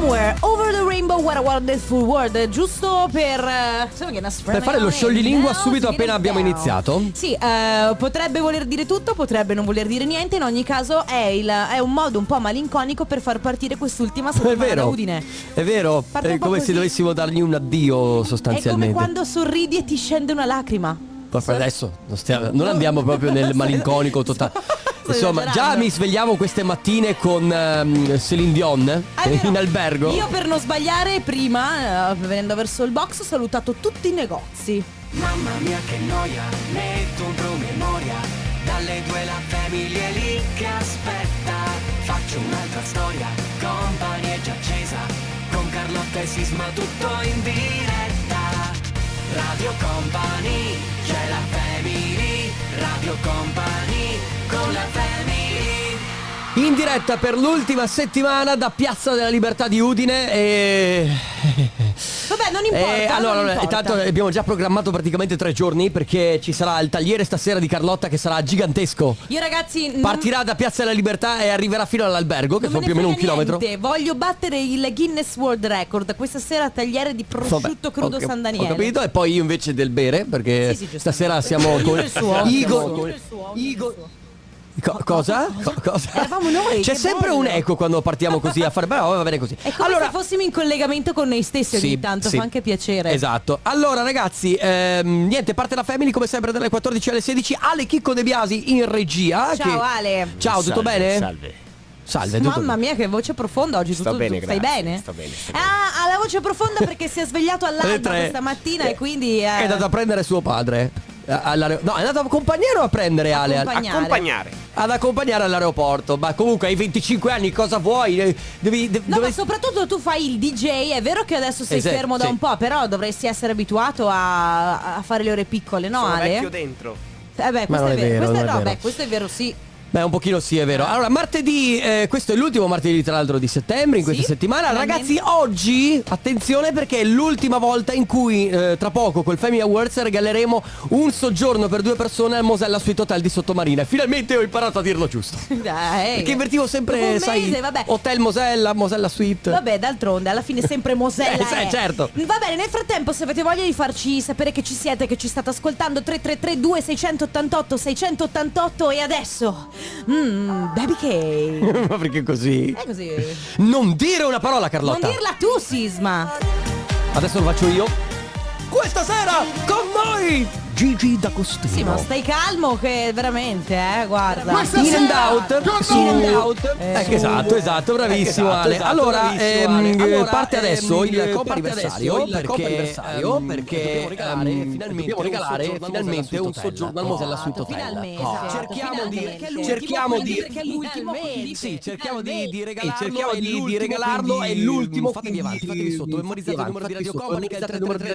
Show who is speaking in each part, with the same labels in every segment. Speaker 1: River, Over the Rainbow, What a Wonderful World, giusto per... eh, so che è una
Speaker 2: Per fare lo scioglilingua subito appena abbiamo iniziato?
Speaker 1: Sì, eh, potrebbe voler dire tutto, potrebbe non voler dire niente, in ogni caso è, il- è un modo un po' malinconico per far partire quest'ultima
Speaker 2: È
Speaker 1: settimana da
Speaker 2: vero,
Speaker 1: Udine.
Speaker 2: è vero,
Speaker 1: Parte
Speaker 2: è
Speaker 1: un po'
Speaker 2: come se
Speaker 1: così.
Speaker 2: dovessimo dargli un addio
Speaker 1: È come
Speaker 2: sostanzialmente.
Speaker 1: quando sorridi e ti scende una lacrima.
Speaker 2: Proprio adesso non, stiamo- non andiamo proprio nel
Speaker 1: Sto-
Speaker 2: malinconico totale.
Speaker 1: sto
Speaker 2: Insomma, già
Speaker 1: esagerando.
Speaker 2: mi svegliavo queste mattine con ehm, Céline Dion
Speaker 1: Ah, è
Speaker 2: eh,
Speaker 1: vero.
Speaker 2: in albergo.
Speaker 1: Io per non sbagliare, prima, eh, venendo verso il box, ho salutato tutti i negozi.
Speaker 3: Mamma mia che noia, metto un promemoria Dalle due la famiglia è lì che aspetta Faccio un'altra storia, compagnia è già accesa Con Carlotta e Sisma tutto in diretta Radio Company, c'è la family Radio Company, con la family
Speaker 2: In diretta per l'ultima settimana da Piazza della Libertà di Udine e...
Speaker 1: Vabbè, non importa.
Speaker 2: Eh, allora,
Speaker 1: non
Speaker 2: allora,
Speaker 1: importa.
Speaker 2: intanto abbiamo già programmato praticamente tre giorni perché ci sarà il tagliere stasera di Carlotta che sarà gigantesco.
Speaker 1: Io ragazzi non-
Speaker 2: Partirà da Piazza della Libertà e arriverà fino all'albergo, che
Speaker 1: Mm. non me ne
Speaker 2: sono più o meno un
Speaker 1: frega
Speaker 2: chilometro.
Speaker 1: niente. Voglio battere il Guinness World Record questa sera a tagliare di
Speaker 2: Vabbè,
Speaker 1: prosciutto crudo
Speaker 2: ho cap-
Speaker 1: San
Speaker 2: Ho
Speaker 1: Daniele.
Speaker 2: capito, e poi io invece del bere, perché
Speaker 1: Sì, sì, giustamente.
Speaker 2: stasera siamo
Speaker 1: Ognuno
Speaker 2: con
Speaker 1: il suo,
Speaker 2: Igor-
Speaker 1: ognuno il
Speaker 2: Igor- Co- cosa? Co- cosa?
Speaker 1: Eravamo noi,
Speaker 2: C'è
Speaker 1: che
Speaker 2: sempre
Speaker 1: bello.
Speaker 2: un eco quando partiamo così a fare. Bravo, va bene così.
Speaker 1: È come se fossimo in collegamento con noi stessi ogni tanto,
Speaker 2: sì.
Speaker 1: fa anche piacere.
Speaker 2: Esatto. Allora, ragazzi, ehm, niente, parte la family come sempre dalle 14 alle 16. Ale Chicco De Biasi in regia.
Speaker 1: Ciao,
Speaker 2: che-
Speaker 1: Ale.
Speaker 2: Ciao, Ah, tutto bene?
Speaker 4: Salve.
Speaker 2: Salve, tutto
Speaker 1: Mamma mia che voce profonda oggi,
Speaker 4: Sto
Speaker 1: tutto,
Speaker 4: bene,
Speaker 1: tu stai
Speaker 4: grazie,
Speaker 1: bene?
Speaker 4: sto bene, sto
Speaker 1: Ah, ha la voce profonda perché si è svegliato
Speaker 2: Alle
Speaker 1: all'alba
Speaker 2: tre.
Speaker 1: questa mattina e quindi... eh,
Speaker 2: È andato a prendere suo padre. eh, all'aereo- No, è andato a accompagnare o a prendere Ale? Al-
Speaker 1: Accompagnare.
Speaker 4: Accompagnare.
Speaker 2: Ad accompagnare all'aeroporto. Ma comunque hai 25 anni, cosa vuoi? Eh, Devi. de-
Speaker 1: No,
Speaker 2: dove-
Speaker 1: ma soprattutto tu fai il DJ, è vero che adesso sei
Speaker 2: Esatto,
Speaker 1: fermo da
Speaker 2: sì.
Speaker 1: un po', però dovresti essere abituato a, a fare le ore piccole, no
Speaker 4: Sono
Speaker 1: Ale?
Speaker 4: vecchio dentro.
Speaker 1: Eh beh, questo
Speaker 2: non
Speaker 1: è vero,
Speaker 2: è vero,
Speaker 1: questo,
Speaker 2: non è
Speaker 1: no,
Speaker 2: vero.
Speaker 1: beh, questo è vero, sì.
Speaker 2: Beh, un pochino sì, è vero. Allora, martedì, eh, questo è l'ultimo martedì, tra l'altro, di settembre, in
Speaker 1: Sì,
Speaker 2: questa settimana.
Speaker 1: finalmente.
Speaker 2: Ragazzi, oggi, attenzione perché è l'ultima volta in cui, eh, tra poco, col Family Awards, regaleremo un soggiorno per due persone al Mosella Suite Hotel di Sottomarina. Finalmente ho imparato a dirlo giusto.
Speaker 1: Dai.
Speaker 2: Perché invertivo
Speaker 1: Dopo
Speaker 2: sempre,
Speaker 1: un
Speaker 2: sai,
Speaker 1: mese, vabbè.
Speaker 2: Hotel Mosella, Mosella Suite.
Speaker 1: Vabbè, d'altronde, alla fine è sempre
Speaker 2: Eh,
Speaker 1: Mosella.
Speaker 2: sì,
Speaker 1: eh.
Speaker 2: certo.
Speaker 1: Va bene, nel frattempo, se avete voglia di farci sapere che ci siete, che ci state ascoltando, 333 688 688 e adesso... Mmm, Baby K.
Speaker 2: Ma perché così?
Speaker 1: È così.
Speaker 2: Non dire una parola,
Speaker 1: Non
Speaker 2: Carlotta.
Speaker 1: dirla tu, Sisma.
Speaker 2: Adesso lo faccio io. Questa sera con noi Gigi D'Agostino.
Speaker 1: Sì, ma stai calmo che veramente, eh, guarda.
Speaker 2: In and out, in and out. Ecco, esatto, esatto, bravissimo Ale. allora, ehm, parte adesso il coppa anniversario perché, ehm, dobbiamo regalare finalmente, un, soggiorno al Mosella Suite Hotel.
Speaker 1: Finalmente,
Speaker 2: Oh.
Speaker 1: esatto,
Speaker 2: cerchiamo
Speaker 1: finalmente,
Speaker 2: di
Speaker 1: perché è l'ultimo,
Speaker 2: cerchiamo
Speaker 1: quindi
Speaker 2: di
Speaker 1: perché è l'ultimo, quindi
Speaker 2: sì,
Speaker 1: per-
Speaker 2: cerchiamo di,
Speaker 1: finalmente.
Speaker 2: di
Speaker 5: E
Speaker 2: regalarlo,
Speaker 5: cerchiamo
Speaker 2: è
Speaker 5: di, di
Speaker 2: l'ultimo,
Speaker 5: regalarlo è
Speaker 2: quindi,
Speaker 5: l'ultimo
Speaker 2: fatevi avanti fatevi sotto memorizzate il numero di Radio Company che è il 333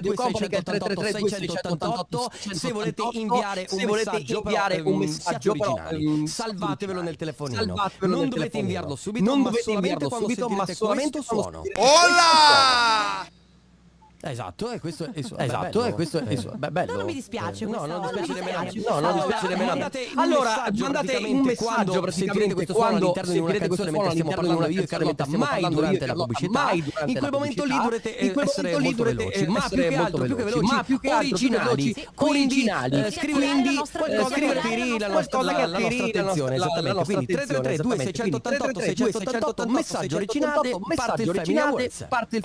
Speaker 5: 288 688
Speaker 2: se volete inviare un
Speaker 5: se volete
Speaker 2: messaggio però,
Speaker 5: inviare un
Speaker 2: ehm,
Speaker 5: messaggio,
Speaker 2: siate
Speaker 5: però,
Speaker 2: originali.
Speaker 5: ehm,
Speaker 2: salvatevelo nel telefonino
Speaker 5: Salvatevelo
Speaker 2: non
Speaker 5: nel
Speaker 2: dovete
Speaker 5: telefonino.
Speaker 2: inviarlo subito
Speaker 5: Non
Speaker 2: ma
Speaker 5: dovete
Speaker 2: solamente
Speaker 5: inviarlo
Speaker 2: quando
Speaker 5: subito,
Speaker 2: sentirete
Speaker 5: ma solamente
Speaker 2: questo
Speaker 5: quando
Speaker 2: suono
Speaker 4: Hola!
Speaker 2: esatto e questo è esatto e questo è esatto, beh, bello
Speaker 1: No, non mi dispiace
Speaker 2: no
Speaker 1: questa-
Speaker 2: non
Speaker 1: non mi
Speaker 2: dispiace
Speaker 1: dispiace.
Speaker 2: nemmeno a me. no non dispiace nemmeno a me.
Speaker 5: Mandate un
Speaker 2: allora
Speaker 5: messaggio
Speaker 2: mandate un
Speaker 5: praticamente
Speaker 2: messaggio
Speaker 5: quando
Speaker 2: sentirete questo suono
Speaker 5: quando
Speaker 2: all'interno di una
Speaker 5: sentirete
Speaker 2: canzone
Speaker 5: questo suono
Speaker 2: mentre stiamo
Speaker 5: all'interno
Speaker 2: parlando
Speaker 5: di
Speaker 2: io e
Speaker 5: una
Speaker 2: Carlotta
Speaker 5: canzone mentre
Speaker 2: mai
Speaker 5: stiamo
Speaker 2: durante la
Speaker 5: parlando io e
Speaker 2: pubblicità
Speaker 5: Carlotta, mai durante
Speaker 2: in quel
Speaker 5: la
Speaker 2: momento lì
Speaker 5: pubblicità.
Speaker 2: dovrete
Speaker 5: In quel
Speaker 2: eh, essere
Speaker 5: momento lì
Speaker 2: molto veloci
Speaker 5: dovrete, eh,
Speaker 2: ma
Speaker 5: essere
Speaker 2: più che
Speaker 5: molto
Speaker 2: altro più che
Speaker 5: veloci,
Speaker 2: veloci
Speaker 5: ma più che altro più
Speaker 2: originali
Speaker 5: veloci,
Speaker 2: quindi
Speaker 5: originali.
Speaker 2: eh, scrivete
Speaker 1: Quindi,
Speaker 2: qualcosa
Speaker 1: qualcosa
Speaker 2: che
Speaker 1: che attiri
Speaker 2: attiri
Speaker 1: la nostra-
Speaker 2: la nostra
Speaker 1: la-
Speaker 5: la nostra
Speaker 2: attenzione
Speaker 5: attenzione,
Speaker 2: esattamente quindi 333 2688 688 messaggio originale parte il Family Awards
Speaker 5: parte il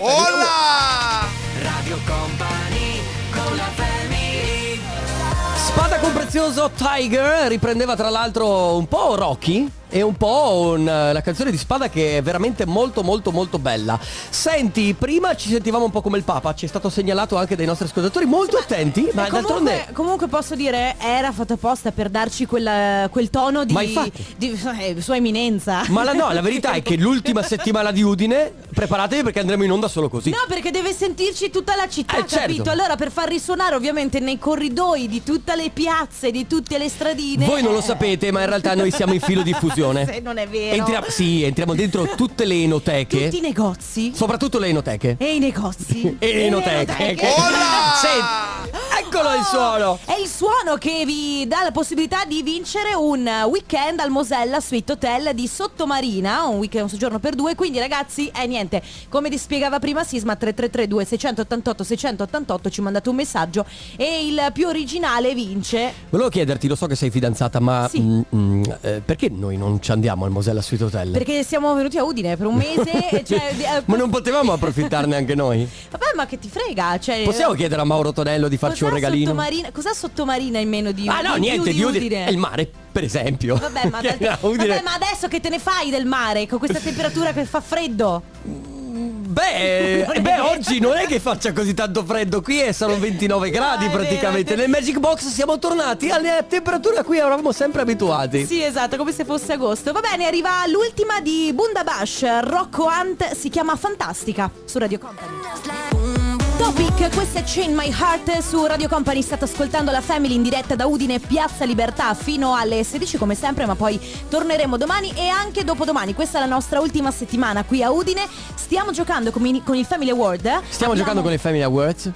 Speaker 3: Radio Company, con la family
Speaker 2: Spada con prezioso Tiger riprendeva tra l'altro un po' Rocky e un po' un- eh, la canzone di Spada che è veramente molto molto molto bella. Senti, prima ci sentivamo un po' come il Papa, ci è stato segnalato anche dai nostri ascoltatori molto attenti, ma
Speaker 1: Comunque-
Speaker 2: d'altronone...
Speaker 1: comunque posso dire era fatto apposta per darci quella- quel tono di,
Speaker 2: Ma infatti.
Speaker 1: di- eh, sua eminenza
Speaker 2: Ma la, no, la verità è che l'ultima settimana di Udine, preparatevi perché andremo in onda solo così.
Speaker 1: No, perché deve sentirci tutta la città,
Speaker 2: Eh, certo.
Speaker 1: capito? Allora, per far risuonare ovviamente nei corridoi di tutte le piazze, di tutte le stradine.
Speaker 2: Voi non lo
Speaker 1: eh,
Speaker 2: sapete, ma in realtà noi siamo in filo di fusione.
Speaker 1: Se non è vero.
Speaker 2: Entriamo- sì, entriamo dentro tutte le enoteche,
Speaker 1: Tutti i negozi
Speaker 2: soprattutto le enoteche.
Speaker 1: e i negozi.
Speaker 2: E
Speaker 1: le
Speaker 2: enoteche.
Speaker 1: enoteche.
Speaker 2: Senti, ecco piccolo
Speaker 1: Ah!
Speaker 2: il suono.
Speaker 1: È il suono che vi dà la possibilità di vincere un weekend al Mosella Suite Hotel di Sottomarina, un weekend, un soggiorno per due, quindi ragazzi, è niente. Come vi spiegava prima Sisma 3332 688 688 ci mandate un messaggio e il più originale vince.
Speaker 2: Volevo chiederti, lo so che sei fidanzata, ma
Speaker 1: Sì.
Speaker 2: mm, mm, eh, perché noi non ci andiamo al Mosella Suite Hotel?
Speaker 1: Perché siamo venuti a Udine per un mese e cioè, di- eh,
Speaker 2: ma non potevamo approfittarne anche noi?
Speaker 1: Vabbè, ma che ti frega? Cioè,
Speaker 2: Possiamo chiedere a Mauro Tonello di farci
Speaker 1: cos'ha
Speaker 2: un regalino?
Speaker 1: Sottomarina, cos'ha Sottomarina in meno di
Speaker 2: Ah no,
Speaker 1: di-
Speaker 2: niente, di Udine.
Speaker 1: Udine?
Speaker 2: È il mare, per esempio.
Speaker 1: Vabbè ma,
Speaker 2: Che era Udine.
Speaker 1: vabbè, ma adesso che te ne fai del mare con questa temperatura che fa freddo?
Speaker 2: Beh,
Speaker 1: Non è
Speaker 2: beh,
Speaker 1: vero.
Speaker 2: oggi non è che faccia così tanto freddo qui e sono 29 gradi
Speaker 1: è vero,
Speaker 2: praticamente.
Speaker 1: è
Speaker 2: Nel
Speaker 1: vero.
Speaker 2: Magic Box siamo tornati alla temperatura a cui eravamo sempre abituati.
Speaker 1: Sì, esatto, come se fosse agosto. Va bene, arriva l'ultima di Bundabash, Rocco Hunt, si chiama Fantastica su Radio Company. Topic, questa è Chain My Heart su Radio Company, state ascoltando la Family in diretta da Udine Piazza Libertà fino alle 16 come sempre, ma poi torneremo domani e anche dopodomani. Questa è la nostra ultima settimana qui a Udine. Stiamo giocando con, i- con il Family Award.
Speaker 2: Stiamo giocando con le Family Awards.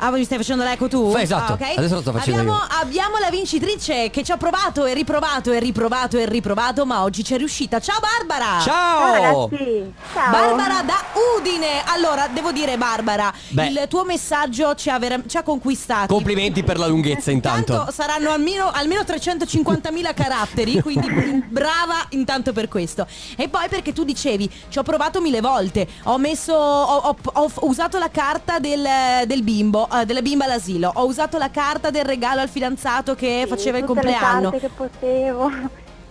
Speaker 1: Ah, voi mi stai facendo l'eco tu?
Speaker 2: Fa-
Speaker 1: Ah,
Speaker 2: esatto.
Speaker 1: ok.
Speaker 2: Adesso lo sto facendo
Speaker 1: abbiamo,
Speaker 2: io.
Speaker 1: abbiamo la vincitrice che ci ha provato e riprovato e riprovato e riprovato, ma oggi ci è riuscita. Ciao Barbara!
Speaker 2: Ciao!
Speaker 6: ragazzi, ciao.
Speaker 1: Barbara da Udine! Allora, devo dire Barbara,
Speaker 2: Beh.
Speaker 1: il tuo messaggio ci ha, vera- ci ha conquistati.
Speaker 2: Complimenti per la lunghezza intanto.
Speaker 1: Tanto saranno almeno, almeno 350.000 caratteri, quindi brava intanto per questo. E poi perché tu dicevi, ci ho provato mille volte, ho messo, ho, ho- ho f- usato la carta del, del bimbo, eh, della bimba all'asilo, ho usato la carta del regalo al fidanzato che
Speaker 6: Sì,
Speaker 1: faceva il
Speaker 6: tutte
Speaker 1: compleanno.
Speaker 6: Le carte che potevo.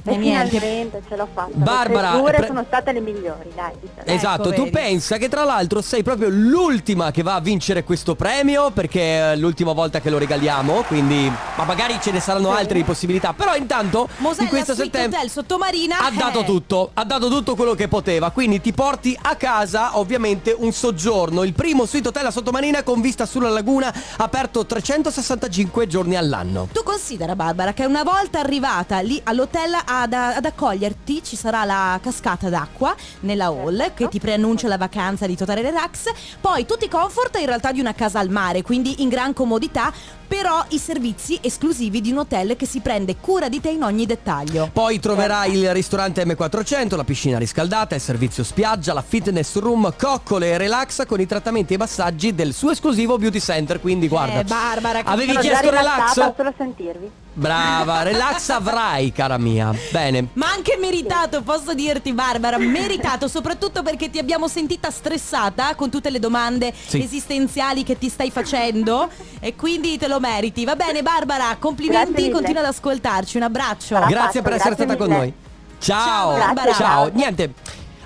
Speaker 6: E
Speaker 1: niente.
Speaker 6: finalmente ce l'ho fatta.
Speaker 2: Barbara,
Speaker 6: Le
Speaker 2: pre-
Speaker 6: tre sono state le migliori, dai. diciamo.
Speaker 2: Esatto, tu
Speaker 1: ecco, vedi.
Speaker 2: pensa che tra l'altro sei proprio l'ultima che va a vincere questo premio perché è l'ultima volta che lo regaliamo, quindi ma magari ce ne saranno altre di possibilità, però intanto in
Speaker 1: Mosella
Speaker 2: questo
Speaker 1: Sweet
Speaker 2: settembre
Speaker 1: Hotel Sottomarina
Speaker 2: ha dato
Speaker 1: eh,
Speaker 2: tutto, ha dato tutto quello che poteva, quindi ti porti a casa ovviamente un soggiorno, il primo suite hotel a Sottomarina con vista sulla laguna, aperto 365 giorni all'anno.
Speaker 1: Tu considera Barbara che una volta arrivata lì all'hotel ad, ad accoglierti ci sarà la cascata d'acqua nella hall che ti preannuncia la vacanza di Totale Relax, poi tutti i comfort in realtà di una casa al mare, quindi in gran comodità, però i servizi esclusivi di un hotel che si prende cura di te in ogni dettaglio.
Speaker 2: Poi troverai il ristorante M400, la piscina riscaldata, il servizio spiaggia, la fitness room, coccole e relax con i trattamenti e massaggi del suo esclusivo beauty center. Quindi guarda.
Speaker 1: Eh, Barbara, che-
Speaker 2: avevi
Speaker 6: Sono già
Speaker 2: chiesto
Speaker 6: rilassata
Speaker 2: relax?
Speaker 6: solo a sentirvi.
Speaker 2: Brava, relax avrai, cara mia. Bene.
Speaker 1: Ma anche meritato, posso dirti Barbara, meritato soprattutto perché ti abbiamo sentita stressata con tutte le domande
Speaker 2: Sì.
Speaker 1: esistenziali che ti stai facendo e quindi te lo meriti. Va bene Barbara,
Speaker 6: Grazie
Speaker 1: complimenti,
Speaker 6: mille.
Speaker 1: continua ad ascoltarci, un abbraccio.
Speaker 6: Sarà
Speaker 2: Grazie
Speaker 6: fatto,
Speaker 2: per essere
Speaker 6: grazie
Speaker 2: stata con
Speaker 6: mille.
Speaker 2: noi. Ciao.
Speaker 1: Ciao, Barbara.
Speaker 2: Ciao. Niente.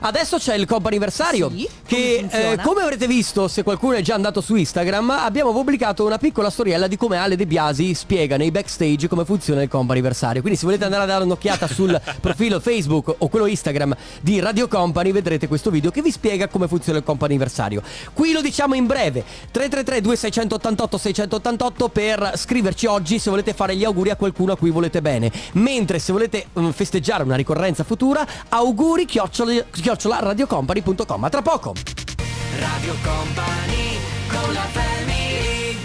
Speaker 2: Adesso c'è il comp anniversario
Speaker 1: Sì,
Speaker 2: che
Speaker 1: come funziona?
Speaker 2: eh, come avrete visto se qualcuno è già andato su Instagram abbiamo pubblicato una piccola storiella di come Ale De Biasi spiega nei backstage come funziona il comp anniversario. Quindi se volete andare a dare un'occhiata sul profilo Facebook o quello Instagram di Radio Company vedrete questo video che vi spiega come funziona il comp anniversario. Qui lo diciamo in breve 333 2688 688 per scriverci oggi se volete fare gli auguri a qualcuno a cui volete bene. Mentre se volete mm, festeggiare una ricorrenza futura auguri chiocciola, chiocciola radiocompany.com. A tra poco.
Speaker 3: Radio Company con la family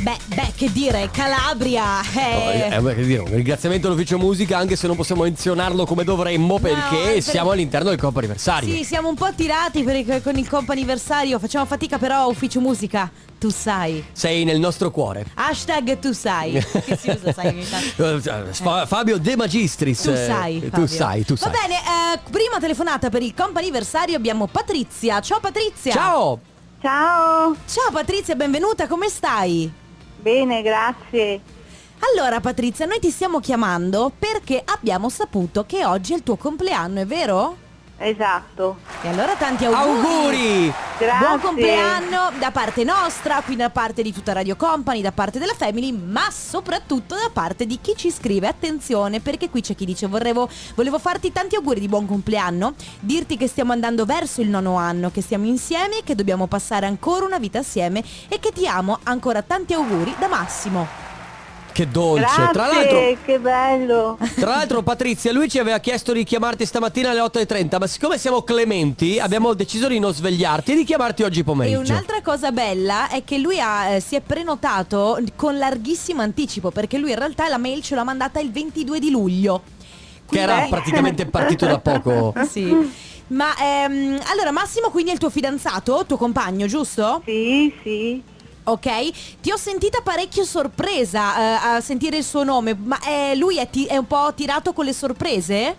Speaker 1: Beh, beh, che dire, Calabria.
Speaker 2: Oh,
Speaker 1: eh.
Speaker 2: eh, beh, che dire, un ringraziamento all'ufficio musica anche se non possiamo menzionarlo come dovremmo perché
Speaker 1: per-
Speaker 2: siamo all'interno del compo anniversario.
Speaker 1: Sì, siamo un po' tirati per il- con il comp anniversario, facciamo fatica però ufficio musica, tu sai.
Speaker 2: Sei nel nostro cuore.
Speaker 1: Hashtag tu sai. Che si usa sai in Italia.
Speaker 2: Fa- Eh, Fabio De Magistris.
Speaker 1: Tu
Speaker 2: eh,
Speaker 1: sai,
Speaker 2: Tu
Speaker 1: Fabio.
Speaker 2: sai, tu sai.
Speaker 1: Va bene, eh, prima telefonata per il comp'anniversario abbiamo Patrizia. Ciao Patrizia.
Speaker 2: Ciao.
Speaker 6: Ciao,
Speaker 1: Ciao Patrizia, benvenuta, come stai?
Speaker 6: bene, grazie.
Speaker 1: Allora Patrizia, noi ti stiamo chiamando perché abbiamo saputo che oggi è il tuo compleanno, è vero?
Speaker 6: Esatto.
Speaker 1: E allora tanti auguri.
Speaker 2: Auguri.
Speaker 6: Grazie.
Speaker 1: Buon compleanno da parte nostra, quindi da parte di tutta Radio Company, da parte della Family, ma soprattutto da parte di chi ci scrive. Attenzione perché qui c'è chi dice "Vorrevo- volevo farti tanti auguri di buon compleanno, dirti che stiamo andando verso il nono anno, che stiamo insieme, che dobbiamo passare ancora una vita assieme e che ti amo. Ancora tanti auguri da Massimo.
Speaker 2: Che, Che dolce.
Speaker 6: Grazie,
Speaker 2: Tra l'altro,
Speaker 6: che bello.
Speaker 2: tra l'altro, Patrizia, lui ci aveva chiesto di chiamarti stamattina alle 8.30, ma siccome siamo clementi, abbiamo deciso di non svegliarti e di chiamarti oggi
Speaker 1: E
Speaker 2: pomeriggio.
Speaker 1: un'altra cosa bella è che lui ha, eh, si è prenotato con larghissimo anticipo perché lui in realtà la mail ce l'ha mandata il 22 di luglio.
Speaker 2: Che era
Speaker 1: Quindi-
Speaker 2: praticamente partito da poco.
Speaker 1: Sì. Ma ehm, allora Massimo quindi è il tuo fidanzato, tuo compagno, giusto?
Speaker 6: Sì, sì.
Speaker 1: Ok, ti ho sentita parecchio sorpresa eh, a sentire il suo nome, ma eh, lui è, ti- è un po' tirato con le sorprese?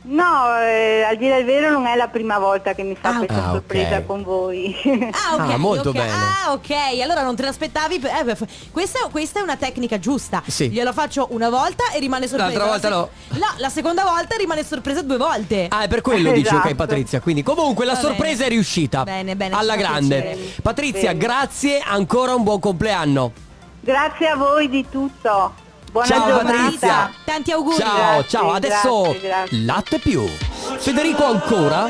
Speaker 6: No, eh, al dire il vero non è la prima volta che mi fa
Speaker 1: Ah,
Speaker 6: questa
Speaker 2: ah, ok.
Speaker 6: sorpresa con voi.
Speaker 1: Ah, ok.
Speaker 2: Ah, molto
Speaker 1: ok.
Speaker 2: bene.
Speaker 1: Ah, ok. Allora non te l'aspettavi. per- eh, beh, f- questa, questa è una tecnica giusta.
Speaker 2: Sì.
Speaker 1: Gliela faccio una volta e rimane sorpresa.
Speaker 2: L'altra volta
Speaker 1: La se- No, la seconda volta rimane sorpresa due volte.
Speaker 2: Ah, è per quello dice
Speaker 6: Esatto.
Speaker 2: ok Patrizia, quindi comunque la
Speaker 1: Va
Speaker 2: sorpresa
Speaker 1: bene.
Speaker 2: è riuscita.
Speaker 1: Bene, bene,
Speaker 2: Alla
Speaker 1: ci fa
Speaker 2: grande.
Speaker 1: piacere.
Speaker 2: Patrizia,
Speaker 6: Bene.
Speaker 2: grazie, ancora un buon compleanno.
Speaker 6: Grazie a voi di tutto. Buona
Speaker 2: Ciao,
Speaker 6: giornata.
Speaker 2: Patrizia.
Speaker 1: Tanti auguri.
Speaker 2: Ciao, ciao, adesso
Speaker 6: grazie, grazie.
Speaker 2: latte più. Federico ancora,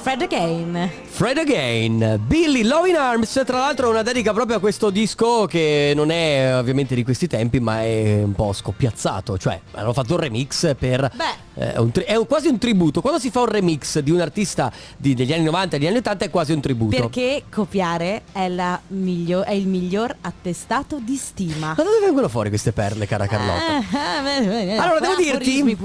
Speaker 1: Fred again.
Speaker 2: Fred again, Billy Love in Arms, tra l'altro una dedica proprio a questo disco che non è eh, ovviamente di questi tempi ma è un po' scoppiazzato, cioè hanno fatto un remix per...
Speaker 1: Beh.
Speaker 2: eh, un tri- è un- quasi un tributo, quando si fa un remix di un artista di- degli anni 90 e degli anni 80 è quasi un tributo.
Speaker 1: Perché copiare è, la miglio- è il miglior attestato di stima.
Speaker 2: Ma da dove vengono fuori queste perle, cara Carlotta?
Speaker 1: Eh,
Speaker 2: Allora,
Speaker 1: Allora
Speaker 2: devo dirti-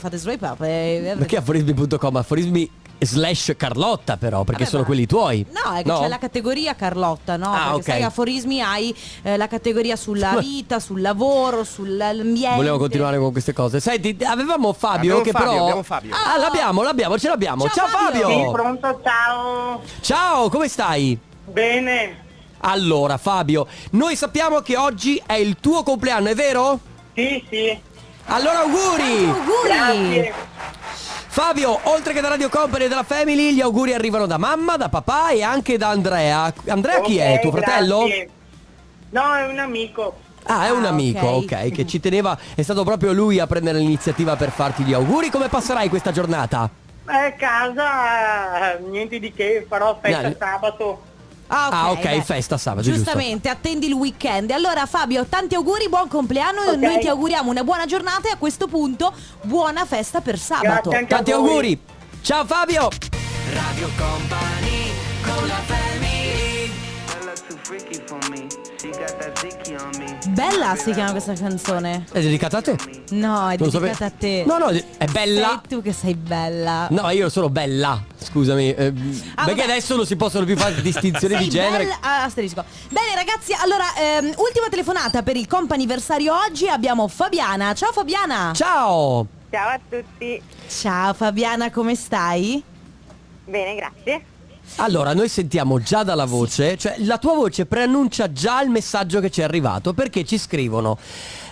Speaker 1: fate swipe up. eh,
Speaker 2: Perché aforismi.com? Aforismi slash Carlotta però, perché
Speaker 1: Vabbè,
Speaker 2: sono
Speaker 1: ma-
Speaker 2: quelli tuoi.
Speaker 1: No, è che c'è la categoria Carlotta, no?
Speaker 2: Ah,
Speaker 1: Perché
Speaker 2: ok.
Speaker 1: sai, aforismi hai eh, la categoria sulla vita, sul lavoro, sull'ambiente.
Speaker 2: Volevo continuare con queste cose. Senti, avevamo Fabio
Speaker 4: Abbiamo
Speaker 2: che
Speaker 4: Fabio,
Speaker 2: però...
Speaker 4: abbiamo Fabio.
Speaker 2: Ah, l'abbiamo, l'abbiamo, ce l'abbiamo.
Speaker 1: Ciao,
Speaker 2: Ciao, Fabio!
Speaker 1: Fabio!
Speaker 6: Sì, pronto, ciao.
Speaker 2: Ciao, come stai?
Speaker 6: Bene.
Speaker 2: Allora, Fabio, noi sappiamo che oggi è il tuo compleanno, è vero?
Speaker 6: Sì, sì.
Speaker 2: Allora auguri!
Speaker 1: Auguri!
Speaker 2: Fabio, oltre che da Radio Company e dalla Family, gli auguri arrivano da mamma, da papà e anche da Andrea. Andrea chi è? Tuo fratello?
Speaker 6: No, è un amico.
Speaker 2: Ah, è un
Speaker 1: Ah,
Speaker 2: amico,
Speaker 1: ok.
Speaker 2: ok, che ci teneva, è stato proprio lui a prendere l'iniziativa per farti gli auguri. Come passerai questa giornata?
Speaker 6: È casa, eh, niente di che, farò
Speaker 2: festa No.
Speaker 6: sabato.
Speaker 2: Ah, ok,
Speaker 1: beh.
Speaker 2: festa sabato, giusto.
Speaker 1: Giustamente, attendi il weekend. Allora Fabio, tanti auguri, buon compleanno.
Speaker 6: Ok.
Speaker 1: Noi ti auguriamo una buona giornata e a questo punto buona festa per sabato.
Speaker 6: Grazie anche a
Speaker 2: Tanti
Speaker 6: voi.
Speaker 2: auguri! Ciao Fabio!
Speaker 3: Radio Company con la family
Speaker 1: Bella si chiama questa canzone.
Speaker 2: È dedicata a te?
Speaker 1: No, è
Speaker 2: Non lo
Speaker 1: dedicata
Speaker 2: sapevo.
Speaker 1: a te.
Speaker 2: No, no, è bella.
Speaker 1: Sei tu che sei bella.
Speaker 2: No, io sono bella, scusami. eh,
Speaker 1: Ah,
Speaker 2: perché
Speaker 1: vabbè.
Speaker 2: adesso non si possono più fare distinzioni
Speaker 1: Sei
Speaker 2: di genere.
Speaker 1: bella- ah, asterisco. Bene ragazzi, allora ehm, ultima telefonata per il comp'anniversario oggi abbiamo Fabiana. Ciao Fabiana.
Speaker 2: Ciao!
Speaker 6: Ciao a tutti.
Speaker 1: Ciao Fabiana, come stai?
Speaker 6: Bene, grazie.
Speaker 2: Allora, noi sentiamo già dalla voce, cioè la tua voce preannuncia già il messaggio che ci è arrivato, perché ci scrivono.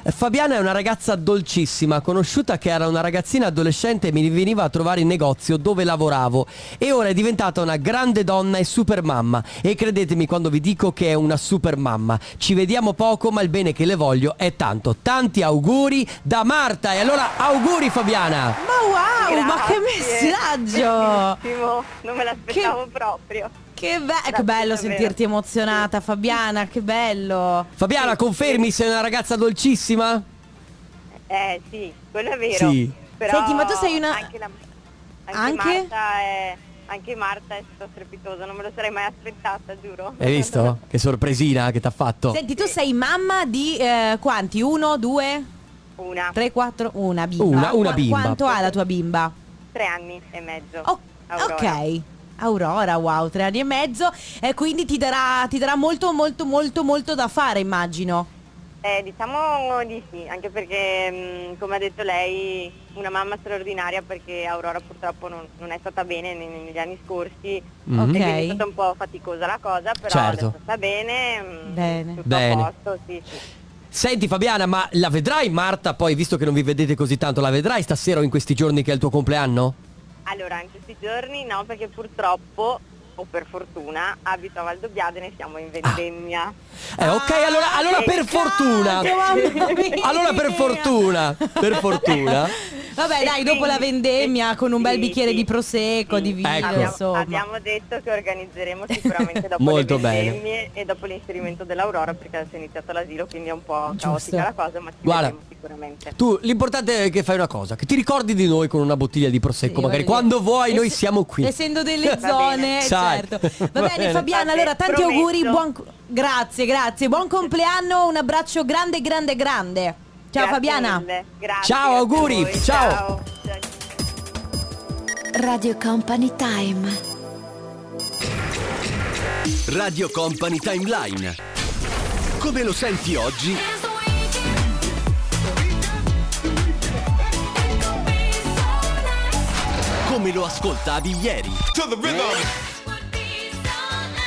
Speaker 2: "Eh, Fabiana è una ragazza dolcissima, conosciuta che era una ragazzina adolescente e mi veniva a trovare in negozio dove lavoravo e ora è diventata una grande donna e super mamma e credetemi quando vi dico che è una super mamma. Ci vediamo poco ma il bene che le voglio è tanto. Tanti auguri da Marta e allora auguri Fabiana!
Speaker 1: Ma wow, ma che
Speaker 6: Grazie.
Speaker 1: messaggio!
Speaker 6: Bellissimo, non me l'aspettavo proprio.
Speaker 1: Che, be- che
Speaker 6: Grazie,
Speaker 1: bello
Speaker 6: davvero.
Speaker 1: sentirti emozionata Fabiana, che bello!
Speaker 2: Fabiana, confermi sei una ragazza dolcissima?
Speaker 6: Eh sì, quello è vero.
Speaker 2: Sì.
Speaker 6: Però
Speaker 1: Senti, ma tu sei una-
Speaker 6: Anche, la- anche
Speaker 1: Anche?
Speaker 6: Marta è... Anche Marta è stata strepitosa, non me lo sarei mai aspettata, giuro.
Speaker 2: Hai visto? Che sorpresina che ti ha fatto.
Speaker 1: Senti, tu sei mamma di eh, quanti? Uno, due,
Speaker 6: Una, tre,
Speaker 1: tre, quattro, una bimba.
Speaker 2: Una-
Speaker 1: Qua-
Speaker 2: una bimba.
Speaker 1: Quanto ha la tua bimba?
Speaker 6: anni e mezzo.
Speaker 1: Oh,
Speaker 6: Aurora.
Speaker 1: ok. Aurora, wow, tre anni e mezzo. E quindi ti darà, ti darà molto, molto, molto, molto da fare, immagino.
Speaker 6: Eh, diciamo di sì, anche perché mh, come ha detto lei una mamma straordinaria perché Aurora purtroppo non, non è stata bene ne- negli anni scorsi
Speaker 2: Mhm.
Speaker 6: e quindi è
Speaker 1: Ok.
Speaker 6: stata un po' faticosa la cosa, però
Speaker 2: Certo.
Speaker 6: adesso sta bene, mh,
Speaker 1: Bene.
Speaker 6: tutto
Speaker 2: Bene.
Speaker 6: a posto, sì, sì.
Speaker 2: Senti Fabiana, ma la vedrai Marta poi, visto che non vi vedete così tanto, la vedrai stasera o in questi giorni che è il tuo compleanno?
Speaker 6: Allora, in questi giorni no, perché purtroppo o per fortuna, abito a Valdobbiadene e siamo in vendemmia.
Speaker 1: Ah.
Speaker 2: Eh, ok, allora, allora per fortuna. Allora per fortuna, per fortuna.
Speaker 1: Vabbè,
Speaker 6: E
Speaker 1: dai, dopo
Speaker 6: quindi-
Speaker 1: la vendemmia con un bel
Speaker 6: sì,
Speaker 1: bicchiere
Speaker 6: sì,
Speaker 1: di prosecco, di vino,
Speaker 2: Ecco.
Speaker 6: Abbiamo,
Speaker 1: insomma.
Speaker 6: abbiamo detto che organizzeremo sicuramente dopo
Speaker 2: Molto
Speaker 6: le
Speaker 2: bene.
Speaker 6: vendemmie e dopo l'inserimento dell'Aurora perché adesso è iniziato l'asilo quindi è un po'
Speaker 1: Giusto.
Speaker 6: caotica la cosa ma ci
Speaker 2: Guarda.
Speaker 6: vedremo sicuramente.
Speaker 2: Tu, l'importante è che fai una cosa, che ti ricordi di noi con una bottiglia di prosecco,
Speaker 1: Sì,
Speaker 2: ecco, magari
Speaker 1: voglio dire.
Speaker 2: quando vuoi noi
Speaker 1: Ess-
Speaker 2: siamo qui.
Speaker 1: Essendo delle
Speaker 6: Va
Speaker 1: zone,
Speaker 6: bene.
Speaker 2: Sai.
Speaker 1: certo.
Speaker 2: Va
Speaker 1: Va
Speaker 2: bene.
Speaker 1: bene Fabiana,
Speaker 6: Va
Speaker 1: allora
Speaker 6: bene,
Speaker 1: tanti
Speaker 6: promesso.
Speaker 1: auguri, buon co- grazie, grazie, buon compleanno, un abbraccio grande, grande, grande. Ciao
Speaker 6: Grazie
Speaker 1: Fabiana.
Speaker 6: mille, grazie,
Speaker 2: Ciao,
Speaker 6: grazie a
Speaker 2: auguri,
Speaker 6: voi,
Speaker 2: ciao.
Speaker 6: ciao.
Speaker 7: Radio Company Time.
Speaker 5: Radio Company Timeline. Come lo senti oggi? Come lo ascoltavi ieri?
Speaker 4: To the rhythm.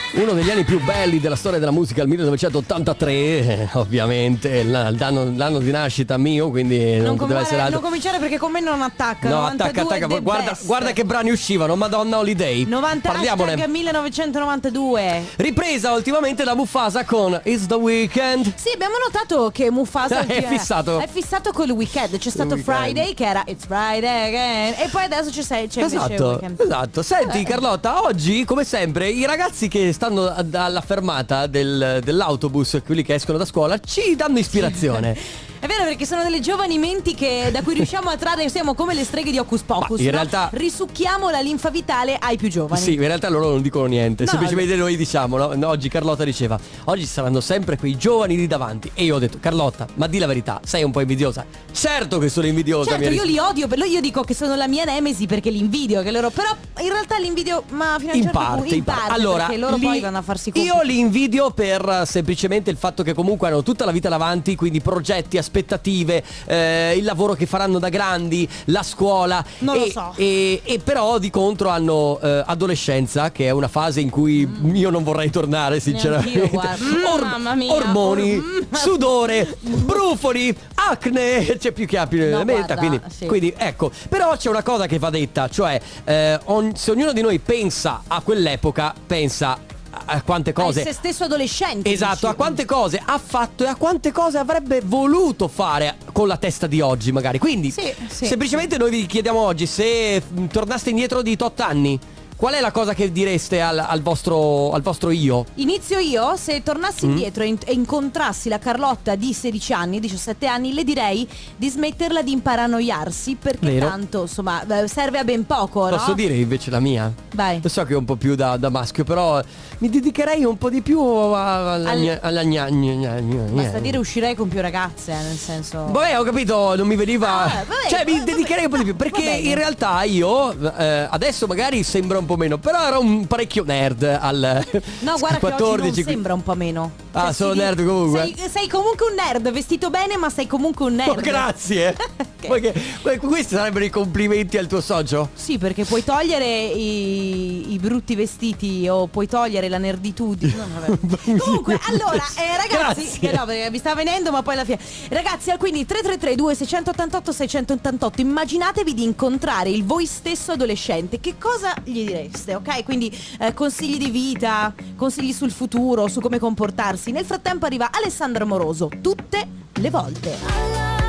Speaker 2: Uno degli anni più belli della storia della musica, il 1983, eh, ovviamente, la- l'anno, l'anno di nascita mio, quindi non,
Speaker 1: Non, com-
Speaker 2: poteva essere
Speaker 1: guarda,
Speaker 2: altro.
Speaker 1: non cominciare perché con me non attacca.
Speaker 2: No,
Speaker 1: 92
Speaker 2: attacca, attacca.
Speaker 1: the
Speaker 2: Guarda,
Speaker 1: best.
Speaker 2: guarda che brani uscivano, Madonna Holiday.
Speaker 1: 90
Speaker 2: Parliamone.
Speaker 1: hashtag 1992.
Speaker 2: Ripresa ultimamente da Mufasa con It's the Weekend.
Speaker 1: Sì, abbiamo notato che Mufasa
Speaker 2: Cioè, È fissato.
Speaker 1: È fissato col weekend. C'è stato
Speaker 2: weekend.
Speaker 1: Friday che era It's Friday again. E poi adesso c'è, sei- c'è invece il
Speaker 2: Esatto,
Speaker 1: weekend.
Speaker 2: esatto.
Speaker 1: Eh.
Speaker 2: Senti Carlotta, oggi come sempre i ragazzi che stanno ad- alla fermata del- dell'autobus, quelli che escono da scuola, ci danno ispirazione.
Speaker 1: È vero perché sono delle giovani menti che da cui riusciamo a trarre siamo come le streghe di Hocus Pocus.
Speaker 2: Ma in
Speaker 1: no?
Speaker 2: realtà-
Speaker 1: risucchiamo la linfa vitale ai più giovani.
Speaker 2: Sì, in realtà loro non dicono niente,
Speaker 1: No.
Speaker 2: semplicemente noi diciamo, no? No, Oggi Carlotta diceva, oggi saranno sempre quei giovani lì davanti. E io ho detto, Carlotta, ma di la verità, sei un po' invidiosa. Certo che sono invidiosa.
Speaker 1: Certo,
Speaker 2: mi ha
Speaker 1: io
Speaker 2: risposto.
Speaker 1: li odio, per- io dico che sono la mia nemesi perché li invidio, che loro però in realtà li invidio ma fino a un
Speaker 2: in
Speaker 1: certo
Speaker 2: parte,
Speaker 1: punto
Speaker 2: in parte. Allora,
Speaker 1: perché loro
Speaker 2: li-
Speaker 1: poi vanno a farsi così.
Speaker 2: Io li invidio per eh, semplicemente il fatto che comunque hanno tutta la vita davanti, quindi progetti, aspettative, eh, il lavoro che faranno da grandi, la scuola.
Speaker 1: Non
Speaker 2: e,
Speaker 1: lo so.
Speaker 2: E, e però di contro hanno eh, adolescenza, che è una fase in cui io non vorrei tornare, sinceramente.
Speaker 1: Mm. Neanch'io, guarda. Mm, mamma mia,
Speaker 2: ormoni,
Speaker 1: or- mm.
Speaker 2: sudore, brufoli, acne, c'è più che acne nella
Speaker 1: No,
Speaker 2: meta.
Speaker 1: guarda,
Speaker 2: Quindi,
Speaker 1: sì.
Speaker 2: quindi quindi, ecco, però c'è una cosa che va detta, cioè eh, ogn- se ognuno di noi pensa a quell'epoca, pensa a, a quante
Speaker 1: È se
Speaker 2: cose...
Speaker 1: stesso adolescente. dici.
Speaker 2: Esatto, a quante cose ha fatto e a quante cose avrebbe voluto fare con la testa di oggi magari. Quindi
Speaker 1: Sì, sì.
Speaker 2: semplicemente noi vi chiediamo oggi se mh, tornaste indietro di 8 anni, qual è la cosa che direste al, al vostro, al vostro io?
Speaker 1: Inizio io, se tornassi
Speaker 2: Mm.
Speaker 1: indietro e in- e incontrassi la Carlotta di 16 anni, 17 anni, le direi di smetterla di imparanoiarsi perché
Speaker 2: Vero.
Speaker 1: tanto, insomma, eh, serve a ben poco,
Speaker 2: Posso
Speaker 1: no?
Speaker 2: dire invece la mia?
Speaker 1: Vai.
Speaker 2: Lo so che è un po' più da, da maschio, però mi dedicherei un po' di più a- alla,
Speaker 1: Al-
Speaker 2: gna- alla gna- gna- gna- gna-
Speaker 1: Basta
Speaker 2: gna-
Speaker 1: dire uscirei con più ragazze, eh, nel senso...
Speaker 2: Vabbè, ho capito, non mi veniva.
Speaker 1: Ah, vabbè,
Speaker 2: cioè, mi
Speaker 1: vabbè,
Speaker 2: dedicherei un po' di più.
Speaker 1: va
Speaker 2: Perché
Speaker 1: bene.
Speaker 2: in realtà io eh, adesso magari sembra un po' meno, però ero un parecchio nerd al
Speaker 1: No, guarda
Speaker 2: 14,
Speaker 1: che oggi non
Speaker 2: 15.
Speaker 1: sembra un po' meno. Cioè,
Speaker 2: Ah,
Speaker 1: si
Speaker 2: sono
Speaker 1: di-
Speaker 2: nerd comunque.
Speaker 1: Sei, sei comunque un nerd, vestito bene, ma sei comunque un nerd.
Speaker 2: Oh, grazie.
Speaker 1: Ok.
Speaker 2: Perché- que- Questi sarebbero i complimenti al tuo socio?
Speaker 1: Sì, perché puoi togliere i, i brutti vestiti o puoi togliere la nerditudine. No, vabbè. Comunque, allora, eh, ragazzi,
Speaker 2: Grazie.
Speaker 1: che no, perché mi sta venendo, ma poi alla fine. Ragazzi, al- quindi 3332 688 688, immaginatevi di incontrare il voi stesso adolescente. Che cosa gli direste, ok? Quindi eh, consigli di vita, consigli sul futuro, su come comportarsi. Nel frattempo arriva Alessandro Moroso, tutte le volte.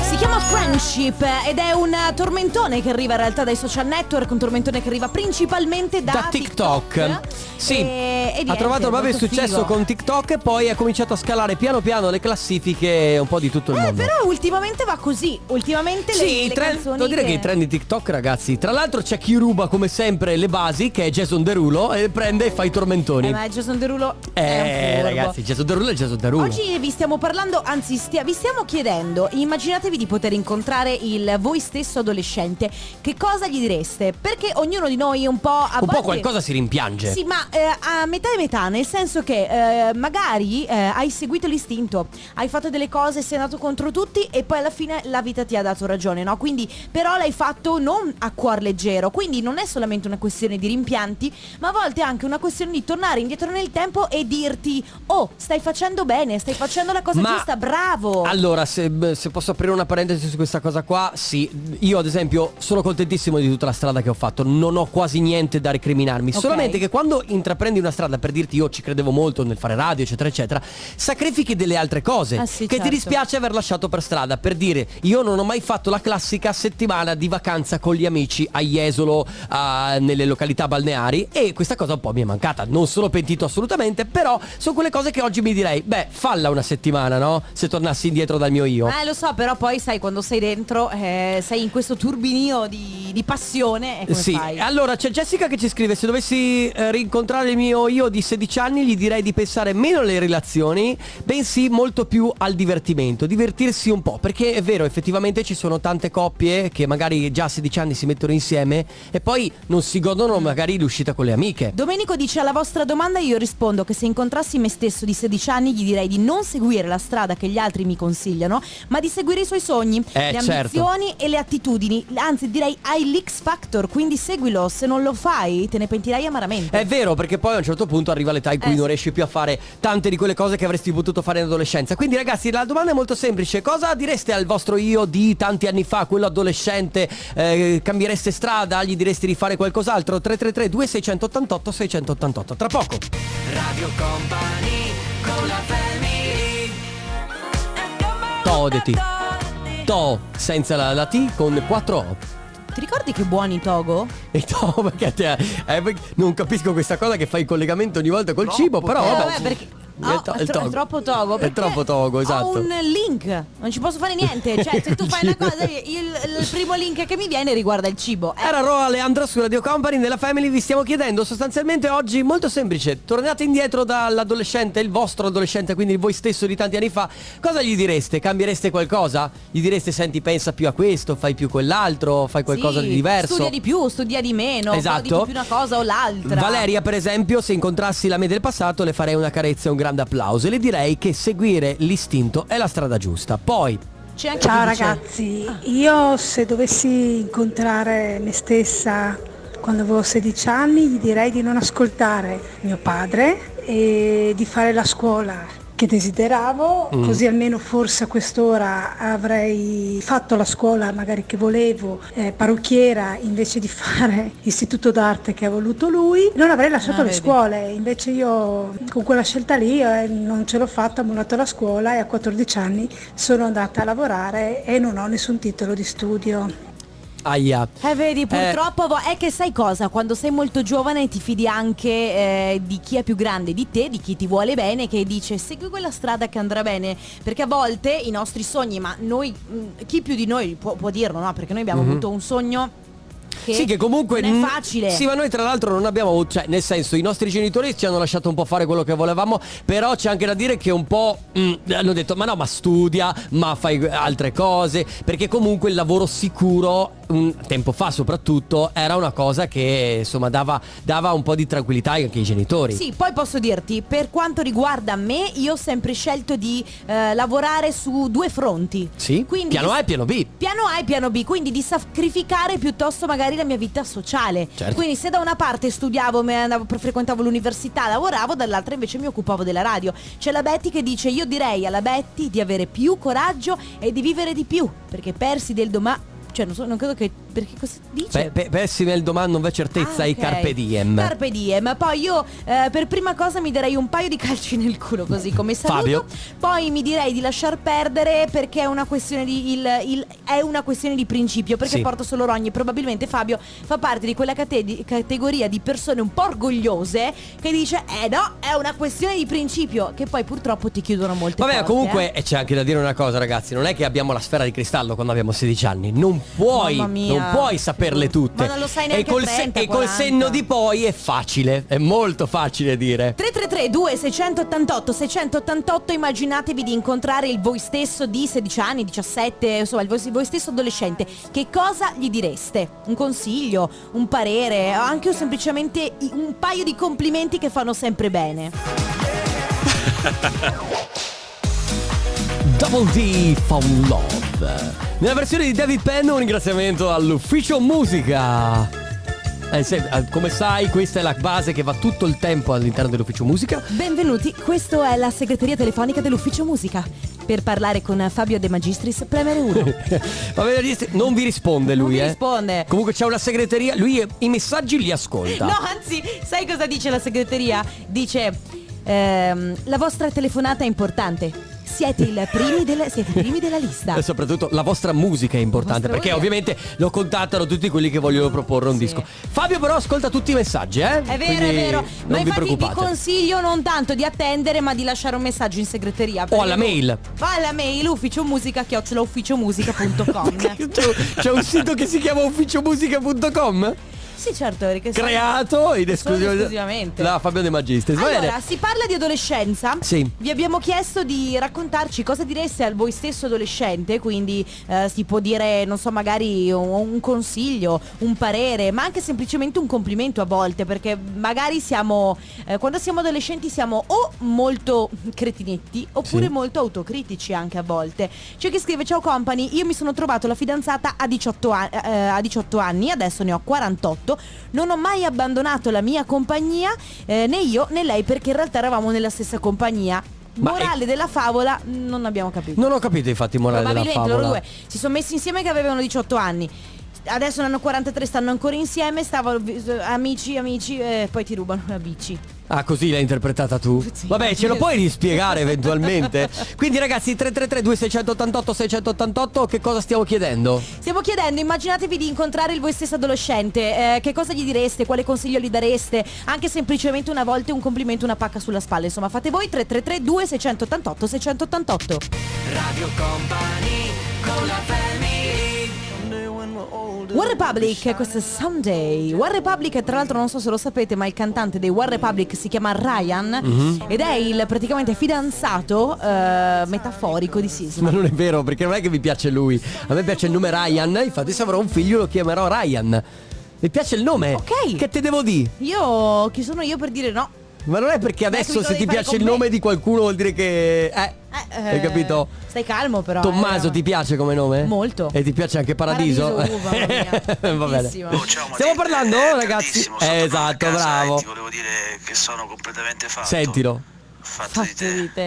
Speaker 1: Si chiama Friendship eh, ed è un eh, tormentone che arriva in realtà dai social network, un tormentone che arriva principalmente da,
Speaker 2: da TikTok. Sì.
Speaker 1: E- e
Speaker 2: ha
Speaker 1: niente,
Speaker 2: trovato proprio il
Speaker 1: molto
Speaker 2: successo
Speaker 1: figo. Eh,
Speaker 2: con TikTok e poi ha cominciato a scalare piano piano le classifiche un po' di tutto il
Speaker 1: Eh,
Speaker 2: mondo.
Speaker 1: però ultimamente va così, ultimamente le,
Speaker 2: Sì, i
Speaker 1: le
Speaker 2: trend,
Speaker 1: canzoni
Speaker 2: devo dire che... i trend di TikTok, ragazzi. Tra l'altro c'è chi ruba come sempre le basi, che è Jason Derulo, e prende e fa i tormentoni.
Speaker 1: Eh, ma Jason Derulo è
Speaker 2: Eh,
Speaker 1: un furbo.
Speaker 2: ragazzi, Jason Derulo è Jason Derulo.
Speaker 1: Oggi vi stiamo parlando, anzi stia- vi stiamo chiedendo, immaginatevi di poter incontrare il voi stesso adolescente, che cosa gli direste? Perché ognuno di noi un po' a
Speaker 2: un po'
Speaker 1: volte-
Speaker 2: qualcosa si rimpiange.
Speaker 1: Sì, ma eh, a metà e metà, nel senso che eh, magari eh, hai seguito l'istinto, hai fatto delle cose, sei andato contro tutti e poi alla fine la vita ti ha dato ragione, no? Quindi però l'hai fatto non a cuor leggero, quindi non è solamente una questione di rimpianti, ma a volte è anche una questione di tornare indietro nel tempo e dirti "Oh, stai facendo bene, stai facendo la cosa
Speaker 2: Ma-
Speaker 1: giusta, bravo".
Speaker 2: Allora, se, se posso aprire una, pare- prendersi su questa cosa qua, sì, io ad esempio sono contentissimo di tutta la strada che ho fatto, non ho quasi niente da recriminarmi,
Speaker 1: Ok.
Speaker 2: solamente che quando intraprendi una strada per dirti io ci credevo molto nel fare radio, eccetera, eccetera, sacrifichi delle altre cose
Speaker 1: Ah, sì,
Speaker 2: che
Speaker 1: certo.
Speaker 2: ti dispiace aver lasciato per strada, per dire io non ho mai fatto la classica settimana di vacanza con gli amici a Jesolo, a- nelle località balneari e questa cosa un po' mi è mancata, non sono pentito assolutamente, però sono quelle cose che oggi mi direi, beh, falla una settimana, no? Se tornassi indietro dal mio io.
Speaker 1: Eh lo so, però poi sai quando sei dentro, eh, sei in questo turbinio di, di passione e come
Speaker 2: Sì,
Speaker 1: fai?
Speaker 2: allora c'è Jessica che ci scrive Se dovessi eh, rincontrare il mio io di 16 anni Gli direi di pensare meno alle relazioni Bensì molto più al divertimento Divertirsi un po' Perché è vero, effettivamente ci sono tante coppie Che magari già a 16 anni si mettono insieme E poi non si godono magari l'uscita con le amiche
Speaker 1: Domenico dice alla vostra domanda io rispondo che se incontrassi me stesso di 16 anni gli direi di non seguire la strada che gli altri mi consigliano, ma di seguire i suoi sogni,
Speaker 2: Eh,
Speaker 1: le
Speaker 2: certo.
Speaker 1: ambizioni e le attitudini. Anzi direi hai l'X Factor, quindi seguilo, se non lo fai te ne pentirai amaramente.
Speaker 2: È vero, perché poi a un certo punto arriva l'età in cui
Speaker 1: Eh,
Speaker 2: non
Speaker 1: sì.
Speaker 2: riesci più a fare tante di quelle cose che avresti potuto fare in adolescenza. Quindi, ragazzi, la domanda è molto semplice: cosa direste al vostro io di tanti anni fa, quello adolescente? Eh, cambiereste strada? Gli direste di fare qualcos'altro? 333 2688 688 Tra poco. Todeti. To senza la, la T con 4 O.
Speaker 1: Ti ricordi che buoni Togo?
Speaker 2: E to perché te- eh, perché- non capisco questa cosa che fai il collegamento ogni volta col cibo, però.
Speaker 1: Eh,
Speaker 2: vabbè.
Speaker 1: vabbè, perché
Speaker 2: È
Speaker 1: oh,
Speaker 2: to-
Speaker 1: è,
Speaker 2: il
Speaker 1: tro- è
Speaker 2: togo.
Speaker 1: troppo togo
Speaker 2: È
Speaker 1: perché
Speaker 2: troppo togo,
Speaker 1: Ho
Speaker 2: esatto.
Speaker 1: un link, non ci posso fare niente. Cioè, se tu fai una cosa, il, il primo link che mi viene riguarda il cibo. Eh,
Speaker 2: Era Roa Leandro su Radio Company nella Family vi stiamo chiedendo sostanzialmente oggi molto semplice tornate indietro dall'adolescente il vostro adolescente quindi voi stesso di tanti anni fa cosa gli direste cambiereste qualcosa gli direste senti pensa più a questo fai più quell'altro fai qualcosa
Speaker 1: sì,
Speaker 2: di diverso
Speaker 1: Studia di più, studia di meno,
Speaker 2: Esatto.
Speaker 1: esatto. di più una cosa o l'altra.
Speaker 2: Valeria per esempio se incontrassi la me del passato le farei una carezza e un grande applauso e le direi che seguire l'istinto è la strada giusta poi
Speaker 1: C'è anche
Speaker 7: Ciao
Speaker 1: chi dice- "Ah,
Speaker 7: ragazzi, io se dovessi incontrare me stessa quando avevo 16 anni gli direi di non ascoltare mio padre e di fare la scuola che desideravo,
Speaker 1: Mm.
Speaker 7: così almeno forse a quest'ora avrei fatto la scuola magari che volevo, eh, parrucchiera invece di fare istituto d'arte che ha voluto lui, non avrei lasciato
Speaker 1: Ah,
Speaker 7: le
Speaker 1: vedi.
Speaker 7: scuole, invece io con quella scelta lì eh, non ce l'ho fatta, ho mollato la scuola e a 14 anni sono andata a lavorare e non ho nessun titolo di studio.
Speaker 2: aia
Speaker 1: Eh vedi, purtroppo vo- è che sai cosa? Quando sei molto giovane ti fidi anche eh, di chi è più grande di te, di chi ti vuole bene, che dice segui quella strada che andrà bene. Perché a volte i nostri sogni, ma noi, mh, chi più di noi può, può dirlo, no? Perché noi abbiamo avuto un sogno che,
Speaker 2: Mhm. sì, che comunque
Speaker 1: non è
Speaker 2: n-
Speaker 1: facile.
Speaker 2: Sì, ma noi tra l'altro non abbiamo avuto, cioè, nel senso, i nostri genitori ci hanno lasciato un po' fare quello che volevamo, però c'è anche da dire che un po' mm, hanno detto "Ma no, ma studia, ma fai altre cose", perché comunque il lavoro sicuro un tempo fa soprattutto era una cosa che insomma dava, dava un po' di tranquillità anche ai genitori.
Speaker 1: Sì, poi posso dirti, per quanto riguarda me, io ho sempre scelto di eh, lavorare su due fronti.
Speaker 2: Sì?
Speaker 1: Quindi
Speaker 2: piano
Speaker 1: di-
Speaker 2: A e piano B.
Speaker 1: Piano A e piano B, quindi di sacrificare piuttosto magari la mia vita sociale.
Speaker 2: Certo.
Speaker 1: Quindi se da una parte studiavo, me- andavo- frequentavo l'università, lavoravo, dall'altra invece mi occupavo della radio. C'è la Betty che dice io direi alla Betty di avere più coraggio e di vivere di più, perché persi del domani... Cioè non, so, non credo che... Perché cosa dice?
Speaker 2: Pe- pe- pessime il domani non v'è certezza
Speaker 1: Cioè Ah,
Speaker 2: i
Speaker 1: ok.
Speaker 2: carpe diem.
Speaker 1: Carpe diem. Poi io eh, per prima cosa mi darei un paio di calci nel culo così come saluto.
Speaker 2: Fabio.
Speaker 1: Poi mi direi di lasciar perdere perché è una questione di, il- il- è una questione di principio, perché
Speaker 2: Sì.
Speaker 1: porto solo rogni. Probabilmente Fabio fa parte di quella cate- di- categoria di persone un po' orgogliose che dice eh no, è una questione di principio, che poi purtroppo ti chiudono molte
Speaker 2: Vabbè,
Speaker 1: porte, eh.
Speaker 2: comunque eh, c'è anche da dire una cosa, ragazzi. Non è che abbiamo la sfera di cristallo quando abbiamo 16 anni. Non puoi,
Speaker 1: Mamma mia.
Speaker 2: non puoi saperle tutte.
Speaker 1: Ma non lo sai
Speaker 2: e
Speaker 1: neanche
Speaker 2: col,
Speaker 1: a 30,
Speaker 2: e col
Speaker 1: 40.
Speaker 2: senno di poi è facile. È molto facile dire.
Speaker 1: 333 2688 688 immaginatevi di incontrare il voi stesso di 16 anni, 17, insomma il voi, il voi stesso adolescente. Che cosa gli direste? Un consiglio, un parere, o anche un- semplicemente i- un paio di complimenti che fanno sempre bene.
Speaker 2: Double D Found Love. Nella versione di David Penn un ringraziamento all'ufficio musica. Eh, se- eh, come sai questa è la base che va tutto il tempo all'interno dell'ufficio musica.
Speaker 1: Benvenuti, questa è la segreteria telefonica dell'ufficio musica. Per Per parlare con Fabio De Magistris, premere 1.
Speaker 2: Va bene, Alice, non vi risponde lui,
Speaker 1: Non mi
Speaker 2: eh.
Speaker 1: risponde.
Speaker 2: Comunque c'è una segreteria, lui eh, i messaggi li ascolta.
Speaker 1: No, anzi, sai cosa dice la segreteria? Dice, ehm, la vostra telefonata è importante. Siete, il primi della- siete i primi della lista.
Speaker 2: E soprattutto la vostra musica è importante
Speaker 1: La vostra
Speaker 2: perché
Speaker 1: musica.
Speaker 2: ovviamente lo contattano tutti quelli che vogliono proporre un
Speaker 1: Sì.
Speaker 2: disco. Fabio però ascolta tutti i messaggi, eh?
Speaker 1: È vero,
Speaker 2: Quindi
Speaker 1: è vero.
Speaker 2: Non
Speaker 1: Ma
Speaker 2: vi
Speaker 1: infatti vi
Speaker 2: preoccupate.
Speaker 1: consiglio non tanto di attendere, ma di lasciare un messaggio in segreteria. perché-
Speaker 2: alla mail.
Speaker 1: O alla mail ufficio musica
Speaker 2: c'è, un- c'è un sito che si chiama ufficiomusica.com
Speaker 1: Sì, certo, Eric. sì.
Speaker 2: creato in
Speaker 1: Solo ed
Speaker 2: esclusiva-
Speaker 1: esclusivamente.
Speaker 2: da Fabio De Magistris. Va
Speaker 1: Allora,
Speaker 2: bene.
Speaker 1: si parla di adolescenza.
Speaker 2: Sì.
Speaker 1: Vi abbiamo chiesto di raccontarci cosa direste al voi stesso adolescente, quindi eh, si può dire, non so, magari un, un consiglio, un parere, ma anche semplicemente un complimento a volte, perché magari siamo, eh, quando siamo adolescenti siamo o molto cretinetti oppure
Speaker 2: Sì.
Speaker 1: molto autocritici anche a volte. C'è chi scrive, ciao company, io mi sono trovato la fidanzata a 18, an- eh, a 18 anni, adesso ne ho 48, non ho mai abbandonato la mia compagnia, eh, né io né lei, perché in realtà eravamo nella stessa compagnia.
Speaker 2: Ma è-
Speaker 1: Morale della favola non abbiamo capito.
Speaker 2: Non ho capito infatti il morale della
Speaker 1: Probabilmente loro
Speaker 2: favola.
Speaker 1: due si sono messi insieme che avevano 18 anni. Adesso ne hanno 43, stanno ancora insieme, stavano vi- amici, amici, eh, poi ti rubano la bici.
Speaker 2: Ah, così l'hai interpretata tu?
Speaker 1: Sì.
Speaker 2: Vabbè, ce lo puoi rispiegare eventualmente. Quindi ragazzi, 333 2688 688, che cosa stiamo chiedendo?
Speaker 1: Stiamo chiedendo, immaginatevi di incontrare il voi stesso adolescente, eh, che cosa gli direste, quale consiglio gli dareste, anche semplicemente una volta un complimento, una pacca sulla spalla, insomma fate voi 333 2688 688. One Republic, questo è Someday. One Republic, tra l'altro non so se lo sapete, ma il cantante dei One Republic si chiama Ryan
Speaker 2: Mhm.
Speaker 1: ed è il praticamente fidanzato eh, metaforico di Sisma.
Speaker 2: Ma non è vero, perché non è che mi piace lui. A me piace il nome Ryan, infatti se avrò un figlio lo chiamerò Ryan. Mi piace il nome.
Speaker 1: Ok.
Speaker 2: Che te devo dire?
Speaker 1: Io, chi sono io per dire no?
Speaker 2: Ma non è perché
Speaker 1: Non è che
Speaker 2: adesso
Speaker 1: mi
Speaker 2: se ti
Speaker 1: devi fare
Speaker 2: piace il
Speaker 1: commenti.
Speaker 2: nome di qualcuno vuol dire che... Eh,
Speaker 1: Eh,
Speaker 2: hai
Speaker 1: eh,
Speaker 2: capito?
Speaker 1: Stai calmo però.
Speaker 2: Tommaso
Speaker 1: eh.
Speaker 2: ti piace come nome?
Speaker 1: Molto.
Speaker 2: E ti piace anche Paradiso?
Speaker 1: Paradiso, uva, mamma mia.
Speaker 2: Va bene.
Speaker 1: Bellissimo.
Speaker 2: Stiamo parlando,
Speaker 8: eh,
Speaker 2: ragazzi? Esatto, bravo.
Speaker 8: Ti volevo dire che sono completamente fatto.
Speaker 2: Sentilo.
Speaker 8: Fatto di
Speaker 1: Fatto
Speaker 8: te.
Speaker 1: di te.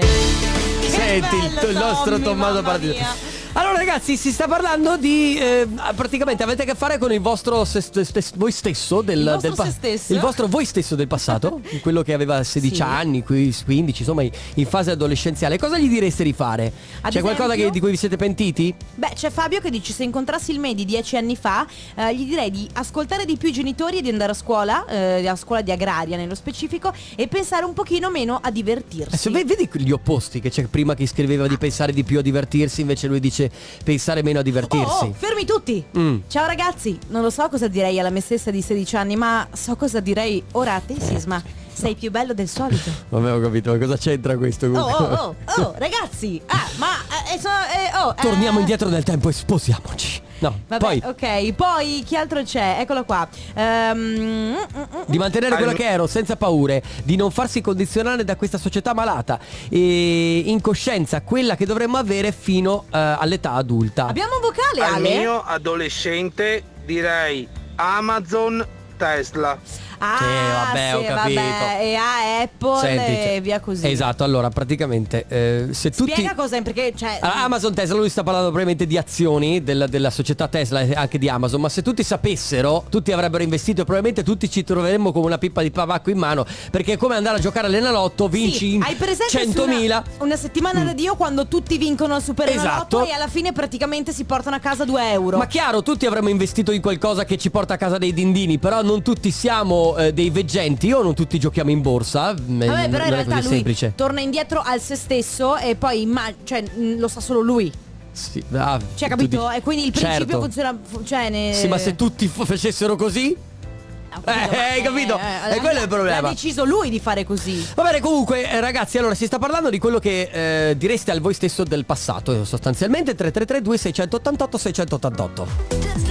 Speaker 2: Senti il,
Speaker 1: bello,
Speaker 2: il nostro
Speaker 1: Tommy,
Speaker 2: Tommaso
Speaker 1: mamma
Speaker 2: Paradiso.
Speaker 1: mia.
Speaker 2: Allora ragazzi si sta parlando di eh, praticamente avete a che fare con il vostro se- se- se- voi stesso del,
Speaker 1: Il vostro
Speaker 2: del
Speaker 1: se stesso.
Speaker 2: il vostro voi stesso del passato, quello che aveva 16
Speaker 1: Sì.
Speaker 2: anni, qui- 15, insomma in fase adolescenziale. Cosa gli direste di fare?
Speaker 1: Ad
Speaker 2: C'è qualcosa
Speaker 1: esempio? Eh,
Speaker 2: che- di cui vi siete pentiti?
Speaker 1: Beh, c'è Fabio che dice se incontrassi il me di dieci anni fa, eh, gli direi di ascoltare di più i genitori e di andare a scuola, eh, a scuola di agraria nello specifico, e pensare un pochino meno a divertirsi.
Speaker 2: Adesso ve- vedi gli opposti che c'è prima che scriveva di pensare di più a divertirsi, invece lui dice pensare meno a divertirsi.
Speaker 1: Oh, oh, fermi tutti!
Speaker 2: Mm.
Speaker 1: Ciao ragazzi, non lo so cosa direi alla me stessa di 16 anni, ma so cosa direi ora a
Speaker 2: Eh,
Speaker 1: te, Sisma. Sei più bello del solito.
Speaker 2: Vabbè ho capito, ma cosa c'entra questo?
Speaker 1: Oh,
Speaker 2: comunque?
Speaker 1: oh, oh, oh, ragazzi! Ah, ma... eh, so- eh, oh, eh.
Speaker 2: Torniamo indietro nel tempo e sposiamoci. No,
Speaker 1: Vabbè,
Speaker 2: poi
Speaker 1: ok, poi chi altro c'è? Eccolo qua. Ehm, mm, mm, mm.
Speaker 2: di mantenere quella che ero senza paure, di non farsi condizionare da questa società malata e in coscienza quella che dovremmo avere fino eh, all'età adulta.
Speaker 1: Abbiamo un vocale,
Speaker 9: Al
Speaker 1: Ale?
Speaker 9: mio adolescente direi Amazon Tesla.
Speaker 1: Ah,
Speaker 2: Sì, vabbè, ho
Speaker 1: sì,
Speaker 2: capito.
Speaker 1: vabbè, E a Apple
Speaker 2: Senti,
Speaker 1: e
Speaker 2: cioè-
Speaker 1: via così.
Speaker 2: Esatto, allora praticamente eh, se tutti Ah,
Speaker 1: Spiega cosa è, perché cioè
Speaker 2: Allora, Amazon Tesla, lui sta parlando probabilmente di azioni della, della società Tesla e anche di Amazon, ma se tutti sapessero, tutti avrebbero investito e probabilmente tutti ci troveremmo come una pippa di tabacco in mano, perché è come andare a giocare all'enalotto, vinci
Speaker 1: Sì,
Speaker 2: in
Speaker 1: hai presente su
Speaker 2: 100.000.
Speaker 1: Una, una settimana da Dio quando tutti vincono al Super
Speaker 2: Esatto.
Speaker 1: e alla fine praticamente si portano a casa 2 euro.
Speaker 2: Ma chiaro, tutti avremmo investito in qualcosa che ci porta a casa dei dindini, però non tutti siamo eh, dei veggenti o non tutti giochiamo in borsa. Mm,
Speaker 1: Vabbè, però in realtà lui
Speaker 2: semplice.
Speaker 1: torna indietro al se stesso e poi imma- cioè, mh, lo sa solo lui.
Speaker 2: Sì, ah,
Speaker 1: Cioè,
Speaker 2: tu
Speaker 1: capito?
Speaker 2: dici-
Speaker 1: E quindi il principio
Speaker 2: Certo.
Speaker 1: funziona. fu- Cioè, ne- Ah,
Speaker 2: Sì, ma se tutti f- facessero così,
Speaker 1: Ho capito,
Speaker 2: Eh,
Speaker 1: ma-
Speaker 2: hai capito? E
Speaker 1: l'ha-
Speaker 2: quello è il problema.
Speaker 1: L'ha deciso lui di fare così.
Speaker 2: Va bene, comunque, eh, ragazzi, allora si sta parlando di quello che eh, direste al voi stesso del passato, eh, sostanzialmente 333 2688 688.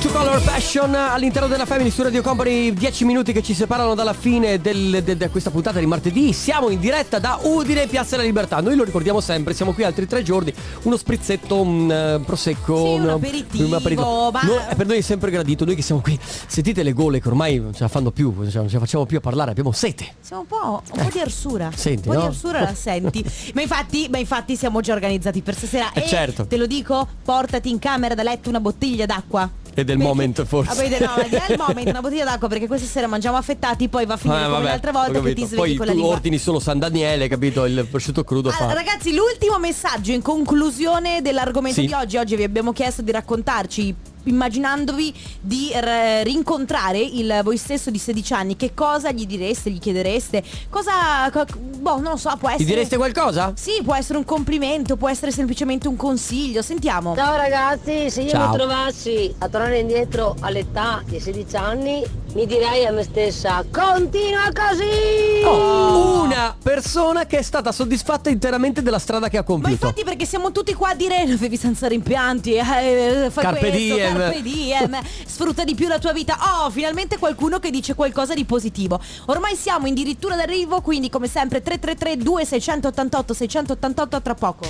Speaker 2: Tu Color Fashion all'interno della Family su Radio Company 10 minuti che ci separano dalla fine del- de- de- questa puntata di martedì siamo in diretta da Udine Piazza della Libertà noi lo ricordiamo sempre siamo qui altri tre giorni uno sprizzetto un eh, prosecco
Speaker 1: Sì, un
Speaker 2: un
Speaker 1: aperitivo, ma-
Speaker 2: No, eh, per noi è sempre gradito noi che siamo qui sentite le gole che ormai non ce la fanno più cioè, non ce la facciamo più a parlare abbiamo sete
Speaker 1: Siamo un po', un po' di arsura.
Speaker 2: Ecco. Senti,
Speaker 1: un po'
Speaker 2: no?
Speaker 1: di arsura la senti. ma, infatti, ma infatti siamo già organizzati per stasera.
Speaker 2: Eh,
Speaker 1: e
Speaker 2: certo.
Speaker 1: te lo dico, portati in camera da letto una bottiglia d'acqua.
Speaker 2: E del moment, forse.
Speaker 1: Ah, poi de- no, ma è il moment, una bottiglia d'acqua perché questa sera mangiamo affettati, poi va a finire
Speaker 2: Eh,
Speaker 1: come
Speaker 2: vabbè,
Speaker 1: l'altra
Speaker 2: ho
Speaker 1: volta che
Speaker 2: capito.
Speaker 1: ti svegli
Speaker 2: poi
Speaker 1: con la
Speaker 2: tu
Speaker 1: lingua.
Speaker 2: ordini solo San Daniele capito il prosciutto crudo
Speaker 1: Allora,
Speaker 2: fa
Speaker 1: ragazzi, l'ultimo messaggio in conclusione dell'argomento
Speaker 2: Sì.
Speaker 1: di oggi. Oggi vi abbiamo chiesto di raccontarci, immaginandovi di r- rincontrare il voi stesso di 16 anni, che cosa gli direste, gli chiedereste? Cosa co- boh, non lo so, può
Speaker 2: ti
Speaker 1: essere
Speaker 2: direste qualcosa?
Speaker 1: Sì, può essere un complimento, può essere semplicemente un consiglio. Sentiamo.
Speaker 10: Ciao ragazzi, se io
Speaker 2: Ciao.
Speaker 10: mi trovassi a tornare indietro all'età di 16 anni, mi direi a me stessa, continua così!
Speaker 2: Oh, Una persona che è stata soddisfatta interamente della strada che ha
Speaker 1: Ma
Speaker 2: compiuto.
Speaker 1: infatti perché siamo tutti qua a dire non devi senza rimpianti, eh, fai
Speaker 2: Carpe
Speaker 1: questo,
Speaker 2: diem."
Speaker 1: carpe diem, sfrutta di più la tua vita. Oh, finalmente qualcuno che dice qualcosa di positivo. Ormai siamo in dirittura d'arrivo, quindi come sempre 333 2688 688 tra poco.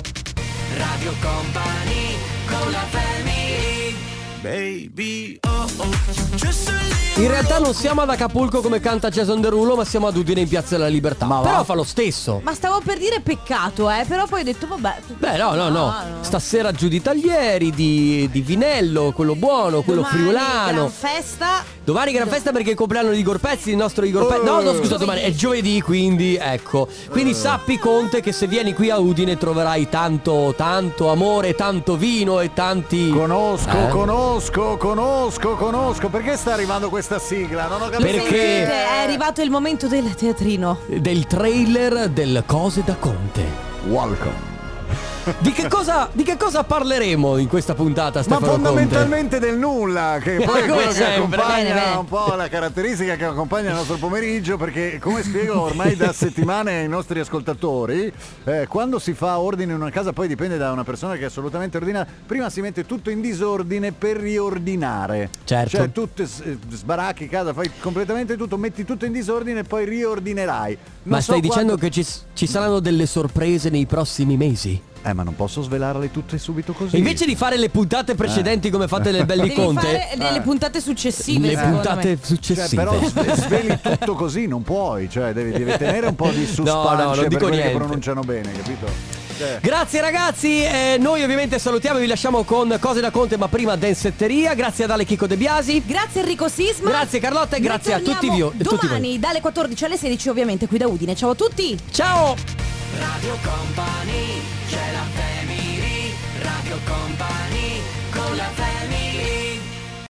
Speaker 3: Radio Company con la family Baby oh oh Just a little
Speaker 2: In realtà non siamo ad Acapulco come canta Jason Derulo, ma siamo ad Udine in Piazza della Libertà. Però fa lo stesso.
Speaker 1: Ma stavo per dire peccato, eh, però poi ho detto vabbè.
Speaker 2: Beh, no, no, no.
Speaker 1: Ah,
Speaker 2: Stasera giù di Taglieri, di, di Vinello, quello buono, quello
Speaker 1: Domani,
Speaker 2: friulano.
Speaker 1: gran festa.
Speaker 2: Domani gran festa perché è il compleanno di Igor Pezzi, il nostro Igor Pezzi. No, no, scusa, domani è giovedì, quindi ecco. Quindi sappi Conte che se vieni qui a Udine troverai tanto, tanto amore, tanto vino e tanti...
Speaker 11: Conosco,
Speaker 2: Eh?
Speaker 11: conosco, conosco, conosco. Perché sta arrivando questa sigla? Non ho capito.
Speaker 2: Perché-
Speaker 1: Sentite, è arrivato il momento del teatrino.
Speaker 2: Del trailer del Cose da Conte.
Speaker 11: Welcome.
Speaker 2: Di che cosa, di che cosa parleremo in questa puntata,
Speaker 11: Ma
Speaker 2: Stefano Conte?
Speaker 11: fondamentalmente del nulla, che
Speaker 2: Ma
Speaker 11: poi è
Speaker 2: come
Speaker 11: quello che
Speaker 2: sempre.
Speaker 11: accompagna
Speaker 1: Bene, bene.
Speaker 11: un po' la caratteristica che accompagna il nostro pomeriggio, perché come spiego ormai da settimane ai nostri ascoltatori, eh, quando si fa ordine in una casa poi dipende da una persona che è assolutamente ordinata, prima si mette tutto in disordine per riordinare.
Speaker 2: Certo.
Speaker 11: Cioè tu sbaracchi casa, fai completamente tutto, metti tutto in disordine e poi riordinerai. Non
Speaker 2: Ma
Speaker 11: so
Speaker 2: stai dicendo
Speaker 11: quanto-
Speaker 2: che ci, s- ci saranno delle sorprese nei prossimi mesi?
Speaker 11: Eh ma non posso svelarle tutte subito così.
Speaker 2: E Invece di fare le puntate precedenti come fate le belli
Speaker 1: Devi
Speaker 2: Conte, Ah.
Speaker 1: fare delle puntate successive.
Speaker 2: le
Speaker 1: secondo
Speaker 2: puntate
Speaker 1: me.
Speaker 2: successive.
Speaker 11: Cioè, però sve- sveli tutto così non puoi, cioè devi, devi tenere un po' di
Speaker 2: No, no,
Speaker 11: suspense
Speaker 2: non
Speaker 11: per
Speaker 2: dico
Speaker 11: quelli che
Speaker 2: niente.
Speaker 11: pronunciano bene, capito? Cioè,
Speaker 2: Grazie ragazzi, eh, noi ovviamente salutiamo e vi lasciamo con cose da Conte, ma prima Densetteria, grazie ad Ale Chico De Biasi.
Speaker 1: Grazie Enrico Sisma.
Speaker 2: Grazie Carlotta e grazie a tutti, vi-
Speaker 1: Ritorniamo
Speaker 2: e tutti
Speaker 1: Domani
Speaker 2: voi.
Speaker 1: dalle 14 alle 16 ovviamente qui da Udine. Ciao a tutti.
Speaker 2: Ciao!
Speaker 3: Radio Company C'è la family Radio Company con la family